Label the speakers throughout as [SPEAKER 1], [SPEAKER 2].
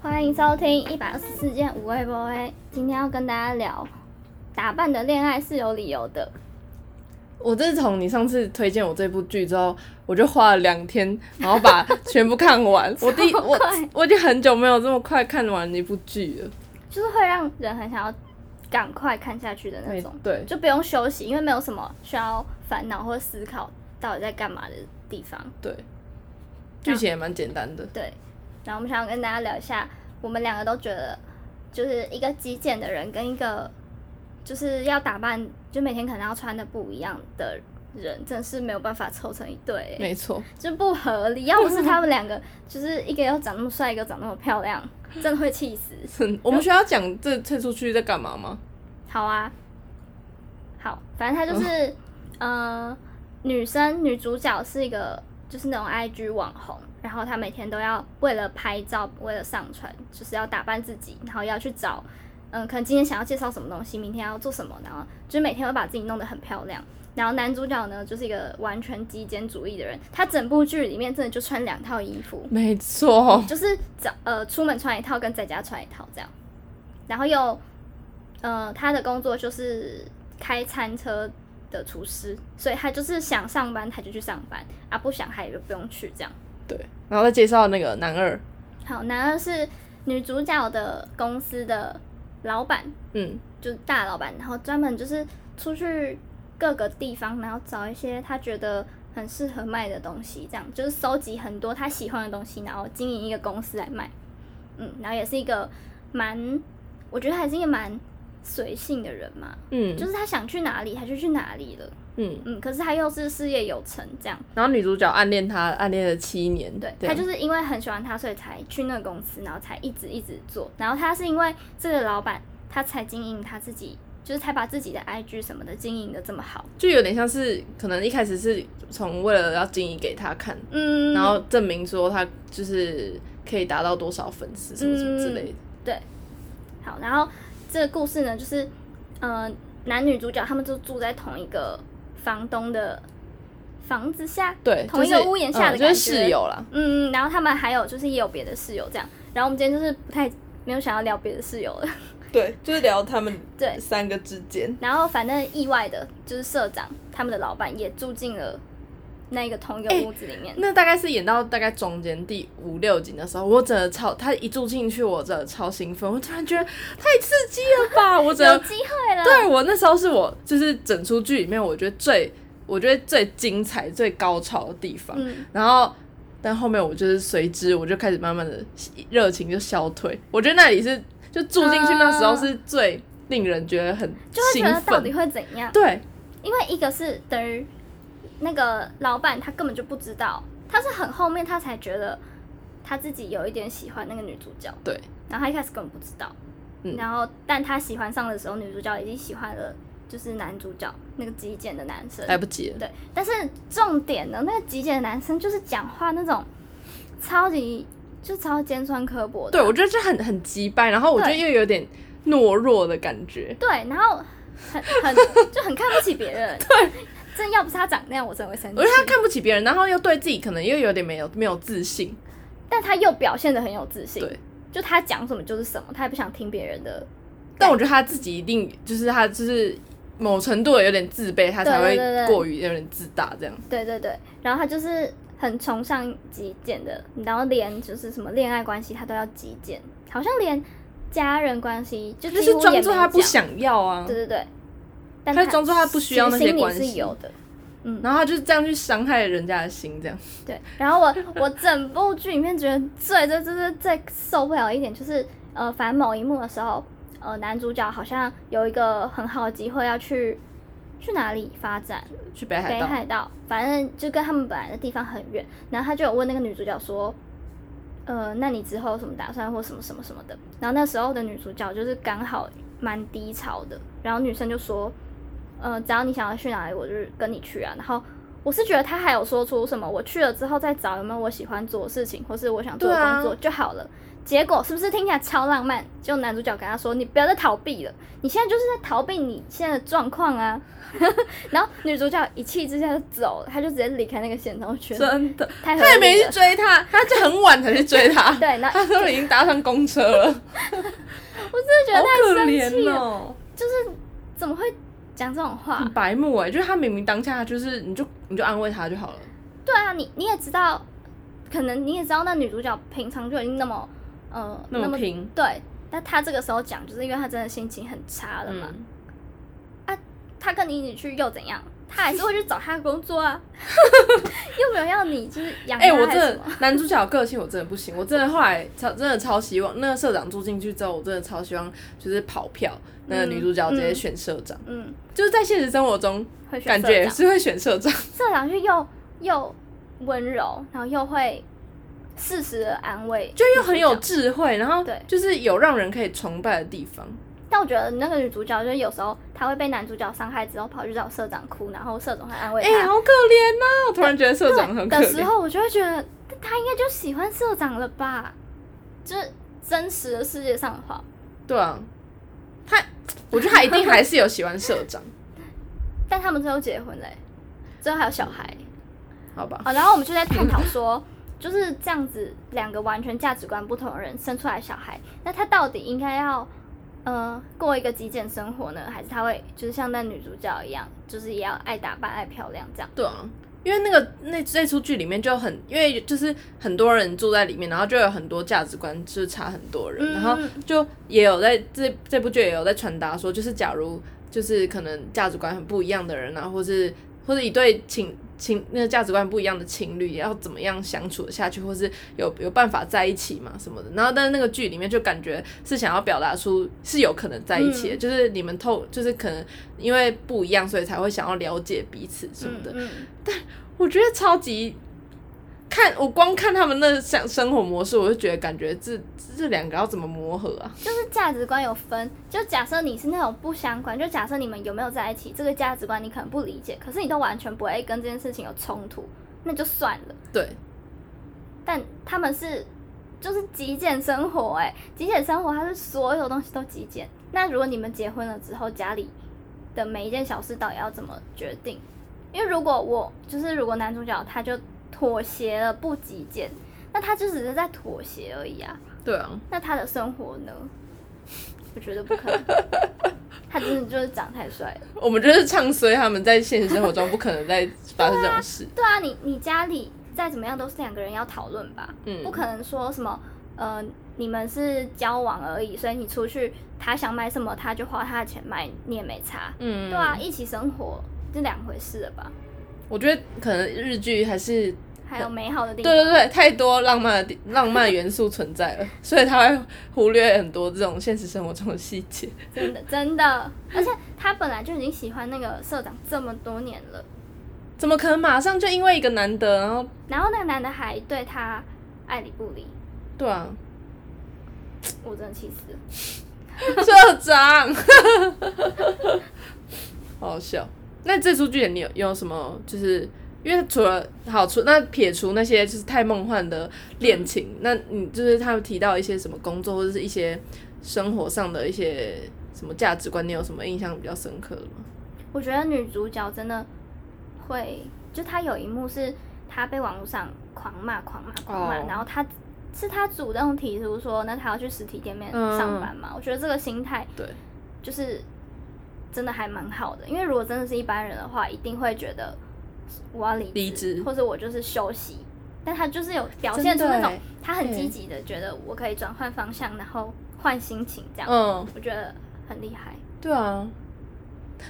[SPEAKER 1] 欢迎收听一百二十四件无微博微。今天要跟大家聊，打扮的恋爱是有理由的。
[SPEAKER 2] 我自从你上次推荐我这部剧之后，我就花了两天，然后把全部看 完。 我第我
[SPEAKER 1] 快
[SPEAKER 2] 我已经很久没有这么快看完一部剧了。
[SPEAKER 1] 就是会让人很想要赶快看下去的那种，
[SPEAKER 2] 哎对对
[SPEAKER 1] 就不用休息，因为没有什么需要烦恼或思考到底在干嘛的地方。
[SPEAKER 2] 对，剧情也蛮简单的。
[SPEAKER 1] 对，然后我们想要跟大家聊一下，我们两个都觉得，就是一个极简的人跟一个就是要打扮，就每天可能要穿的不一样的人，真的是没有办法凑成一对、欸，
[SPEAKER 2] 没错，
[SPEAKER 1] 就不合理。要不是他们两个，就是一个要长那么帅，一个长那么漂亮，真的会气死。
[SPEAKER 2] 哼我们需要讲这这出去在干嘛吗？
[SPEAKER 1] 好啊，好，反正她就是，呃，女生女主角是一个就是那种 IG 网红，然后她每天都要为了拍照，为了上传，就是要打扮自己，然后要去找，嗯、可能今天想要介绍什么东西，明天要做什么，然后就是每天会把自己弄得很漂亮。然后男主角呢，就是一个完全极简主义的人，他整部剧里面真的就穿两套衣服，
[SPEAKER 2] 没错，
[SPEAKER 1] 就是早呃出门穿一套跟在家穿一套这样，然后又呃他的工作就是开餐车的厨师，所以他就是想上班他就去上班啊，不想他也就不用去这样。
[SPEAKER 2] 对。然后再介绍那个男二，
[SPEAKER 1] 好，男二是女主角的公司的老板，
[SPEAKER 2] 嗯，
[SPEAKER 1] 就是大老板，然后专门就是出去各个地方，然后找一些他觉得很适合卖的东西，这样就是收集很多他喜欢的东西，然后经营一个公司来卖。嗯，然后也是一个蛮，我觉得还是一个蛮随性的人嘛，
[SPEAKER 2] 嗯，
[SPEAKER 1] 就是他想去哪里他就去哪里了。
[SPEAKER 2] 嗯。
[SPEAKER 1] 嗯，可是他又是事业有成这样，
[SPEAKER 2] 然后女主角暗恋他，暗恋了七年。啊
[SPEAKER 1] 对
[SPEAKER 2] 这
[SPEAKER 1] 他就
[SPEAKER 2] 样
[SPEAKER 1] 是因为很喜欢他，所以才去那个公司，然后才一直一直做。然后他是因为这个老板，他才经营他自己，就是才把自己的 IG 什么的经营的这么好。
[SPEAKER 2] 就有点像是，可能一开始是从为了要经营给他看，
[SPEAKER 1] 嗯，
[SPEAKER 2] 然后证明说他就是可以达到多少粉丝什么什么之类的。
[SPEAKER 1] 对，好，然后这个故事呢，就是呃，男女主角他们就住在同一个房东的房子下，
[SPEAKER 2] 对，
[SPEAKER 1] 同一
[SPEAKER 2] 就是
[SPEAKER 1] 个屋檐下的
[SPEAKER 2] 嗯就
[SPEAKER 1] 感觉，
[SPEAKER 2] 是室友啦。
[SPEAKER 1] 嗯，然后他们还有就是也有别的室友这样，然后我们今天就是不太没有想要聊别的室友了。
[SPEAKER 2] 对，就是聊他们
[SPEAKER 1] 对
[SPEAKER 2] 三个之间。
[SPEAKER 1] 然后反正意外的就是社长他们的老板也住进了那个同一个
[SPEAKER 2] 哎
[SPEAKER 1] 屋子里面。
[SPEAKER 2] 那大概是演到大概中间第五六集的时候，我真的超，他一住进去，我真的超兴奋，我突然觉得太刺激了 吧！我真
[SPEAKER 1] 有
[SPEAKER 2] 的
[SPEAKER 1] 机会了，
[SPEAKER 2] 对我那时候是我就是整出剧里面，我觉得最我觉得最精彩、最高潮的地方。
[SPEAKER 1] 嗯，
[SPEAKER 2] 然后，但后面我就是随之，我就开始慢慢的热情就消退。我觉得那里是就住进去那时候
[SPEAKER 1] 嗯
[SPEAKER 2] 是最令人觉得很
[SPEAKER 1] 就会
[SPEAKER 2] 兴
[SPEAKER 1] 觉得到底
[SPEAKER 2] 奋，
[SPEAKER 1] 会怎样？
[SPEAKER 2] 对
[SPEAKER 1] 因为一个是等于那个老板他根本就不知道，他是很后面他才觉得他自己有一点喜欢那个女主角，
[SPEAKER 2] 对，
[SPEAKER 1] 然后他一开始根本不知道，
[SPEAKER 2] 嗯
[SPEAKER 1] 然后但他喜欢上的时候，女主角已经喜欢了就是男主角那个极简的男生，
[SPEAKER 2] 来哎不及了。
[SPEAKER 1] 对，但是重点呢，那个极简的男生就是讲话那种超级就超尖酸刻薄的
[SPEAKER 2] 对，
[SPEAKER 1] 啊，
[SPEAKER 2] 我觉得这很很击败，然后我觉得
[SPEAKER 1] 对
[SPEAKER 2] 又有点懦弱的感觉。
[SPEAKER 1] 对，然后很很就很看不起别 人，对，真要不是他长那样，我真的会生气
[SPEAKER 2] 我觉。得他看不起别人，然后又对自己可能又有点没有没有自信。
[SPEAKER 1] 但他又表现的很有自信，
[SPEAKER 2] 对，
[SPEAKER 1] 就他讲什么就是什么，他也不想听别人的，
[SPEAKER 2] 但我觉得他自己一定就是他就是某程度有点自卑，他才
[SPEAKER 1] 对对
[SPEAKER 2] 会
[SPEAKER 1] 对对
[SPEAKER 2] 过于有点自大这样。
[SPEAKER 1] 对对对，然后他就是很崇尚极简的，然后连就是什么恋爱关系他都要极简，好像连家人关系就
[SPEAKER 2] 就
[SPEAKER 1] 几
[SPEAKER 2] 是
[SPEAKER 1] 乎也
[SPEAKER 2] 装
[SPEAKER 1] 没
[SPEAKER 2] 作他不
[SPEAKER 1] 讲，
[SPEAKER 2] 想要啊
[SPEAKER 1] 对，对对，但
[SPEAKER 2] 他装作他不需要那
[SPEAKER 1] 其实
[SPEAKER 2] 些
[SPEAKER 1] 心里
[SPEAKER 2] 关系
[SPEAKER 1] 是有的，
[SPEAKER 2] 然后他就是这样去伤害人家的心，这样。
[SPEAKER 1] 对，然后我我整部剧里面觉得最最最最最受不了一点就是，呃，反正某一幕的时候，呃，男主角好像有一个很好的机会要去去哪里发展，
[SPEAKER 2] 去北海
[SPEAKER 1] 北
[SPEAKER 2] 道。
[SPEAKER 1] 海道，反正就跟他们本来的地方很远。然后他就有问那个女主角说，呃，那你之后有什么打算或什么什么什么的？然后那时候的女主角就是刚好蛮低潮的，然后女生就说，呃，只要你想要去哪里，我就是跟你去啊。然后我是觉得他还有说出什么，我去了之后再找有没有我喜欢做的事情，或是我想做的
[SPEAKER 2] 对啊
[SPEAKER 1] 工作就好了。结果是不是听起来超浪漫？就男主角跟他说：“你不要再逃避了，你现在就是在逃避你现在的状况啊。” 然后女主角一气之下就走了，她就直接离开那个现场，我觉得
[SPEAKER 2] 真的，
[SPEAKER 1] 太合
[SPEAKER 2] 他也没
[SPEAKER 1] 理
[SPEAKER 2] 去
[SPEAKER 1] 了。
[SPEAKER 2] 追他，他就很晚才去追他。
[SPEAKER 1] 对，然后
[SPEAKER 2] 他都已经搭上公车了，
[SPEAKER 1] 我真的觉得
[SPEAKER 2] 好
[SPEAKER 1] 太
[SPEAKER 2] 可
[SPEAKER 1] 生气
[SPEAKER 2] 怜
[SPEAKER 1] 了，
[SPEAKER 2] 哦，
[SPEAKER 1] 就是怎么会讲这种话？
[SPEAKER 2] 很白目哎、就是他明明当下就是，你就你就安慰他就好了。
[SPEAKER 1] 对啊，你你也知道，可能你也知道，那女主角平常就已经那么呃
[SPEAKER 2] 那么平
[SPEAKER 1] 对，但她这个时候讲，就是因为她真的心情很差了嘛。
[SPEAKER 2] 嗯，
[SPEAKER 1] 她跟你一起去又怎样？她还是会去找她的工作 啊，又没有要你就是养她
[SPEAKER 2] 哎、我
[SPEAKER 1] 还
[SPEAKER 2] 真
[SPEAKER 1] 是什
[SPEAKER 2] 的
[SPEAKER 1] 么。
[SPEAKER 2] 男主角的个性我真的不行，我真的后来超真的超希望那个社长住进去之后，我真的超希望就是跑票，那个女主角直接选社长，
[SPEAKER 1] 嗯，
[SPEAKER 2] 就是在现实生活中
[SPEAKER 1] 会选
[SPEAKER 2] 感
[SPEAKER 1] 社
[SPEAKER 2] 觉也
[SPEAKER 1] 长
[SPEAKER 2] 是会选社长，
[SPEAKER 1] 社长就又又温柔，然后又会适时的安慰，
[SPEAKER 2] 就又很有。智慧，然后
[SPEAKER 1] 对
[SPEAKER 2] 就是有让人可以崇拜的地方。
[SPEAKER 1] 但我觉得那个女主角就是有时候她会被男主角伤害之后跑去找社长哭，然后社长会安慰她。
[SPEAKER 2] 哎、好可怜呐、我突然觉得社长很可
[SPEAKER 1] 的时
[SPEAKER 2] 怜。
[SPEAKER 1] 候，我就会觉得他应该就喜欢社长了吧？就是真实的世界上的话，
[SPEAKER 2] 对啊，他，我觉得他一定还是有喜欢社长，
[SPEAKER 1] 但他们最后结婚嘞、最后还有小孩
[SPEAKER 2] 好吧？
[SPEAKER 1] 啊、然后我们就在探讨说，就是这样子两个完全价值观不同的人生出来的小孩，那他到底应该要呃过一个极简生活呢，还是他会就是像那女主角一样，就是也要爱打扮、爱漂亮这样？
[SPEAKER 2] 对啊，因为那个那这出剧里面就很，因为就是很多人住在里面，然后就有很多价值观就是差很多人，
[SPEAKER 1] 嗯
[SPEAKER 2] 然后就也有在这这部剧也有在传达说，就是假如就是可能价值观很不一样的人啊，或是或者一对情情那个价值观不一样的情侣要怎么样相处得下去，或是有有办法在一起嘛什么的。然后但是那个剧里面就感觉是想要表达出是有可能在一起的，
[SPEAKER 1] 嗯
[SPEAKER 2] 就是你们透就是可能因为不一样，所以才会想要了解彼此什么
[SPEAKER 1] 嗯
[SPEAKER 2] 的。
[SPEAKER 1] 嗯，
[SPEAKER 2] 我觉得超级看我光看他们那像生活模式，我就觉得感觉这这两个要怎么磨合啊？
[SPEAKER 1] 就是价值观有分，就假设你是那种不相关，就假设你们有没有在一起，这个价值观你可能不理解，可是你都完全不会跟这件事情有冲突，那就算了。
[SPEAKER 2] 对，
[SPEAKER 1] 但他们是就是极简生活、欸，哎，极简生活它是所有东西都极简。那如果你们结婚了之后，家里的每一件小事到底要怎么决定？因为如果我就是如果男主角他就妥协了不极简，那他就只是在妥协而已啊。
[SPEAKER 2] 对啊，
[SPEAKER 1] 那他的生活呢？我觉得不可能，他真的就是长太帅了。
[SPEAKER 2] 我们就是唱衰他们在现实生活中不可能再发生这种 事。
[SPEAKER 1] 对啊，你你家里再怎么样都是两个人要讨论吧，
[SPEAKER 2] 嗯
[SPEAKER 1] 不可能说什么呃你们是交往而已，所以你出去他想买什么他就花他的钱买，你也没差。
[SPEAKER 2] 嗯，
[SPEAKER 1] 对啊，，一起生活是两回事了吧？
[SPEAKER 2] 我觉得可能日剧还是
[SPEAKER 1] 还有美好的地
[SPEAKER 2] 对
[SPEAKER 1] 方，
[SPEAKER 2] 对对，太多浪漫的地浪漫元素存在了， 所以他会忽略很多这种现实生活中的细节。
[SPEAKER 1] 真的真的，而且他本来就已经喜欢那个社长这么多年了。
[SPEAKER 2] 怎么可能马上就因为一个男的，然后
[SPEAKER 1] 然后那个男的还对他爱理不理，
[SPEAKER 2] 对啊，
[SPEAKER 1] 我真的气死了。
[SPEAKER 2] 社长， 好好笑。那这出剧你有有什么？就是因为除了好除那撇除那些就是太梦幻的恋情，那你就是他们提到一些什么工作或者是一些生活上的一些什么价值观，你有什么印象比较深刻的吗？
[SPEAKER 1] 我觉得女主角真的会，就她有一幕是她被网络上狂骂、狂骂、狂骂
[SPEAKER 2] 哦
[SPEAKER 1] 然后她是她主动提出说，那她要去实体店面
[SPEAKER 2] 嗯
[SPEAKER 1] 上班嘛？我觉得这个心态
[SPEAKER 2] 对，
[SPEAKER 1] 就是真的还蛮好的，因为如果真的是一般人的话，一定会觉得我要离
[SPEAKER 2] 离职
[SPEAKER 1] 或者我就是休息。但她就是有表
[SPEAKER 2] 真
[SPEAKER 1] 现出
[SPEAKER 2] 的
[SPEAKER 1] 那种
[SPEAKER 2] 欸
[SPEAKER 1] 她很积
[SPEAKER 2] 对
[SPEAKER 1] 极的，觉得我可以转换方向，然后换心情这样，
[SPEAKER 2] 嗯，
[SPEAKER 1] 我觉得很厉害。
[SPEAKER 2] 对啊。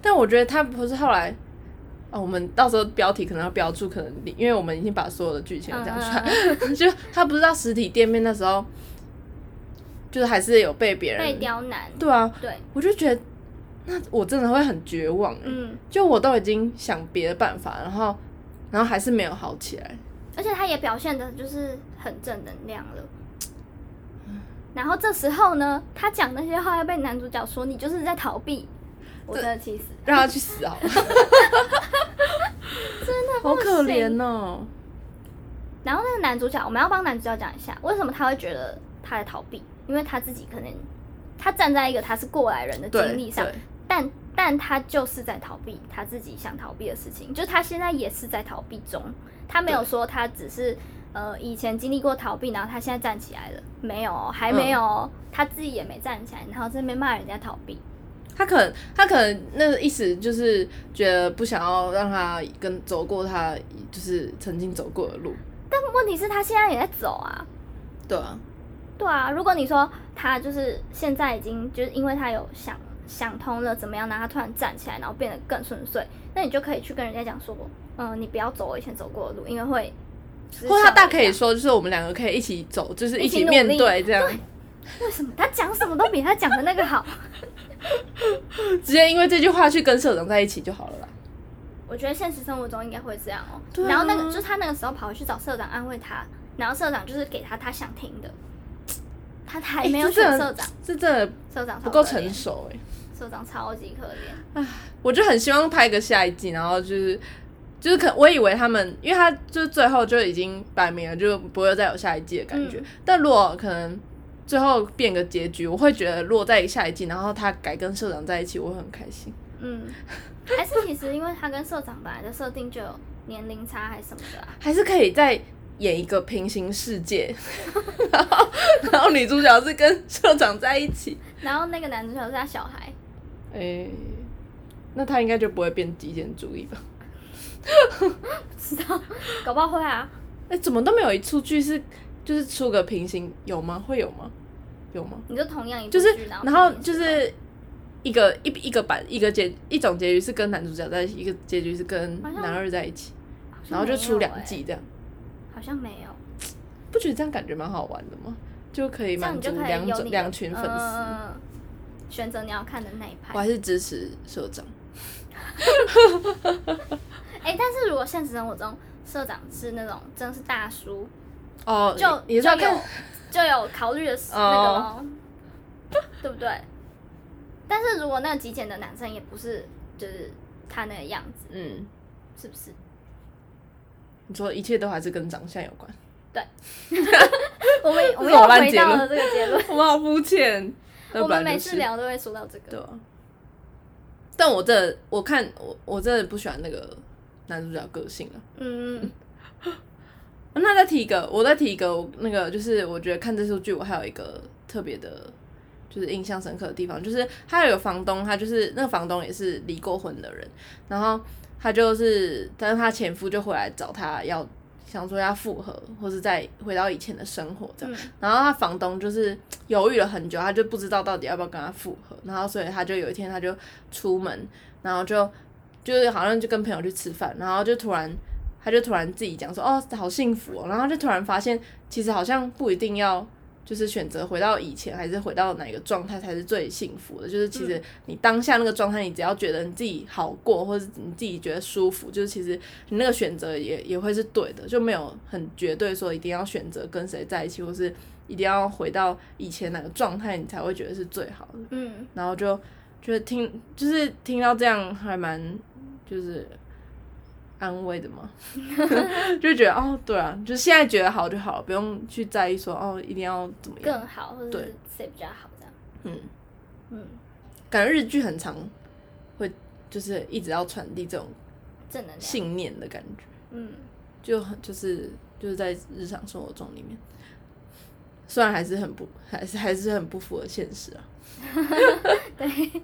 [SPEAKER 2] 但我觉得他不是后来。哦，我们到时候标题可能要标注，可能因为我们已经把所有的剧情都
[SPEAKER 1] 嗯
[SPEAKER 2] 讲出
[SPEAKER 1] 啊
[SPEAKER 2] 来，就他不是到实体店面那时候，就是还是有被别人
[SPEAKER 1] 被刁难，
[SPEAKER 2] 对啊，
[SPEAKER 1] 对，
[SPEAKER 2] 我就觉得那我真的会很绝望、欸，
[SPEAKER 1] 嗯，
[SPEAKER 2] 就我都已经想别的办法，然后然后还是没有好起来，
[SPEAKER 1] 而且他也表现的就是很正能量了。然后这时候呢，他讲那些话要被男主角说你就是在逃避，我真的气死，
[SPEAKER 2] 让他去死好了。
[SPEAKER 1] 真的
[SPEAKER 2] 好可
[SPEAKER 1] 不行
[SPEAKER 2] 怜哦。
[SPEAKER 1] 然后那个男主角，我们要帮男主角讲一下，为什么他会觉得他在逃避，因为他自己可能他站在一个他是过来人的
[SPEAKER 2] 对
[SPEAKER 1] 经历上，
[SPEAKER 2] 对
[SPEAKER 1] 但但他就是在逃避他自己想逃避的事情，就是他现在也是在逃避中，他没有说他只是呃以前经历过逃避，然后他现在站起来了，没有哦，
[SPEAKER 2] 嗯
[SPEAKER 1] 还没有哦，他自己也没站起来，然后这边骂人家逃避，
[SPEAKER 2] 他可能他可能那个意思就是觉得不想要让他跟走过他就是曾经走过的路，
[SPEAKER 1] 但问题是他现在也在走啊，
[SPEAKER 2] 对啊，
[SPEAKER 1] 对啊，如果你说他就是现在已经就是因为他有想想通了怎么样，然后他突然站起来，然后变得更顺遂，那你就可以去跟人家讲说，嗯、你不要走我以前走过的路，因为会就是
[SPEAKER 2] 或者
[SPEAKER 1] 像
[SPEAKER 2] 他
[SPEAKER 1] 我
[SPEAKER 2] 大可
[SPEAKER 1] 一
[SPEAKER 2] 以
[SPEAKER 1] 样
[SPEAKER 2] 说就是我们两个可以一起走，就是
[SPEAKER 1] 一起
[SPEAKER 2] 起
[SPEAKER 1] 努
[SPEAKER 2] 面
[SPEAKER 1] 力
[SPEAKER 2] 对这样，
[SPEAKER 1] 为什么他讲什么都比他讲的那个好？
[SPEAKER 2] 直接因为这句话去跟社长在一起就好了啦。
[SPEAKER 1] 我觉得现实生活中应该会这样哦、
[SPEAKER 2] 对啊
[SPEAKER 1] 然后那个就是他那个时候跑回去找社长安慰他，然后社长就是给他他想听的，他还哎没有
[SPEAKER 2] 欸这
[SPEAKER 1] 选
[SPEAKER 2] 真的
[SPEAKER 1] 社长，
[SPEAKER 2] 这真的
[SPEAKER 1] 社长超
[SPEAKER 2] 不够
[SPEAKER 1] 可怜
[SPEAKER 2] 成，熟哎、
[SPEAKER 1] 社长超级可怜。
[SPEAKER 2] 我就很希望拍个下一季，然后就是就是可我以为他们，因为他就是最后就已经摆明了，就不会再有下一季的感觉。
[SPEAKER 1] 嗯
[SPEAKER 2] 但如果可能最后变个结局，我会觉得如果在下一季，然后他改跟社长在一起，我会很开心。
[SPEAKER 1] 嗯，还是其实因为他跟社长本来的设定就有年龄差还是什么的、啊，
[SPEAKER 2] 还是可以再演一个平行世界， 然后然后女主角是跟社长在一起，
[SPEAKER 1] 然后那个男主角是他小孩，
[SPEAKER 2] 哎、那他应该就不会变极简主义吧？
[SPEAKER 1] 不知道，搞不好会啊，
[SPEAKER 2] 哎、怎么都没有一出剧是就是出个平行有吗？会有吗？有吗？
[SPEAKER 1] 你就同样一部
[SPEAKER 2] 就是
[SPEAKER 1] 剧，然后
[SPEAKER 2] 然后
[SPEAKER 1] 平行
[SPEAKER 2] 就
[SPEAKER 1] 时
[SPEAKER 2] 是一个一一个版一个结一种结局是跟男主角在一起，一个结局是跟
[SPEAKER 1] 好像
[SPEAKER 2] 男二在一起，
[SPEAKER 1] 空好像
[SPEAKER 2] 然后就出
[SPEAKER 1] 没有
[SPEAKER 2] 两
[SPEAKER 1] 欸
[SPEAKER 2] 季这样，
[SPEAKER 1] 好像没有，
[SPEAKER 2] 不觉得这样感觉蛮好玩的吗？就可以
[SPEAKER 1] 这样
[SPEAKER 2] 满
[SPEAKER 1] 你
[SPEAKER 2] 足
[SPEAKER 1] 就可
[SPEAKER 2] 两
[SPEAKER 1] 以有
[SPEAKER 2] 种
[SPEAKER 1] 你
[SPEAKER 2] 两群粉丝。
[SPEAKER 1] 嗯选择你要看的那一
[SPEAKER 2] 我
[SPEAKER 1] 派。
[SPEAKER 2] 还是支持社长。
[SPEAKER 1] 哎、但是如果现实生活中社长是那种真的是大叔，
[SPEAKER 2] 哦，
[SPEAKER 1] 就
[SPEAKER 2] 你你是要
[SPEAKER 1] 就有
[SPEAKER 2] 看
[SPEAKER 1] 就有考虑的是那个
[SPEAKER 2] 哦
[SPEAKER 1] 咯，对不对？但是如果那个极简的男生也不是就是他那个样子，
[SPEAKER 2] 嗯，
[SPEAKER 1] 是不是？
[SPEAKER 2] 你说一切都还是跟长相有关。
[SPEAKER 1] 我们 我们
[SPEAKER 2] 这是我
[SPEAKER 1] 又
[SPEAKER 2] 烂
[SPEAKER 1] 回
[SPEAKER 2] 结
[SPEAKER 1] 到
[SPEAKER 2] 论
[SPEAKER 1] 了这个结 论。
[SPEAKER 2] 我们好肤浅，那
[SPEAKER 1] 我
[SPEAKER 2] 本
[SPEAKER 1] 们
[SPEAKER 2] 来
[SPEAKER 1] 每
[SPEAKER 2] 就
[SPEAKER 1] 次
[SPEAKER 2] 是
[SPEAKER 1] 聊都会说到这
[SPEAKER 2] 对
[SPEAKER 1] 个，
[SPEAKER 2] 啊。但我真的，我看我我真的不喜欢那个男主角个性啊。
[SPEAKER 1] 嗯，
[SPEAKER 2] 那再提一个，我再提一个，我那个就是我觉得看这出剧，我还有一个特别的，就是印象深刻的地方，就是他有个房东，他就是那个房东也是离过婚的人，然后他就是，但是他前夫就回来找他要想说要复合，或是再回到以前的生活这样，
[SPEAKER 1] 嗯
[SPEAKER 2] 然后他房东就是犹豫了很久，他就不知道到底要不要跟他复合，然后所以他就有一天他就出门，然后就就是好像就跟朋友去吃饭，然后就突然他就突然自己讲说哦好幸福哦，然后就突然发现其实好像不一定要就是选择回到以前还是回到哪个状态才是最幸福的，就是其实你当下那个状态，你只要觉得你自己好过或者你自己觉得舒服，就是其实你那个选择也也会是对的，就没有很绝对说一定要选择跟谁在一起或是。一定要回到以前哪个状态，你才会觉得是最好的。
[SPEAKER 1] 嗯，
[SPEAKER 2] 然后就就是听，就是听到这样还蛮就是安慰的嘛，就觉得哦，对啊，就现在觉得好就好了，不用去在意说哦一定要怎么样
[SPEAKER 1] 更。好，或者
[SPEAKER 2] 对
[SPEAKER 1] 是谁比较好这样，
[SPEAKER 2] 嗯，
[SPEAKER 1] 嗯，
[SPEAKER 2] 感觉日剧很长，会就是一直要传递这种
[SPEAKER 1] 正能量，
[SPEAKER 2] 信念的感觉，
[SPEAKER 1] 嗯，
[SPEAKER 2] 就很就是就是在日常生活中里面。虽然还是很不，还是还是很不符合现实啊。
[SPEAKER 1] 对，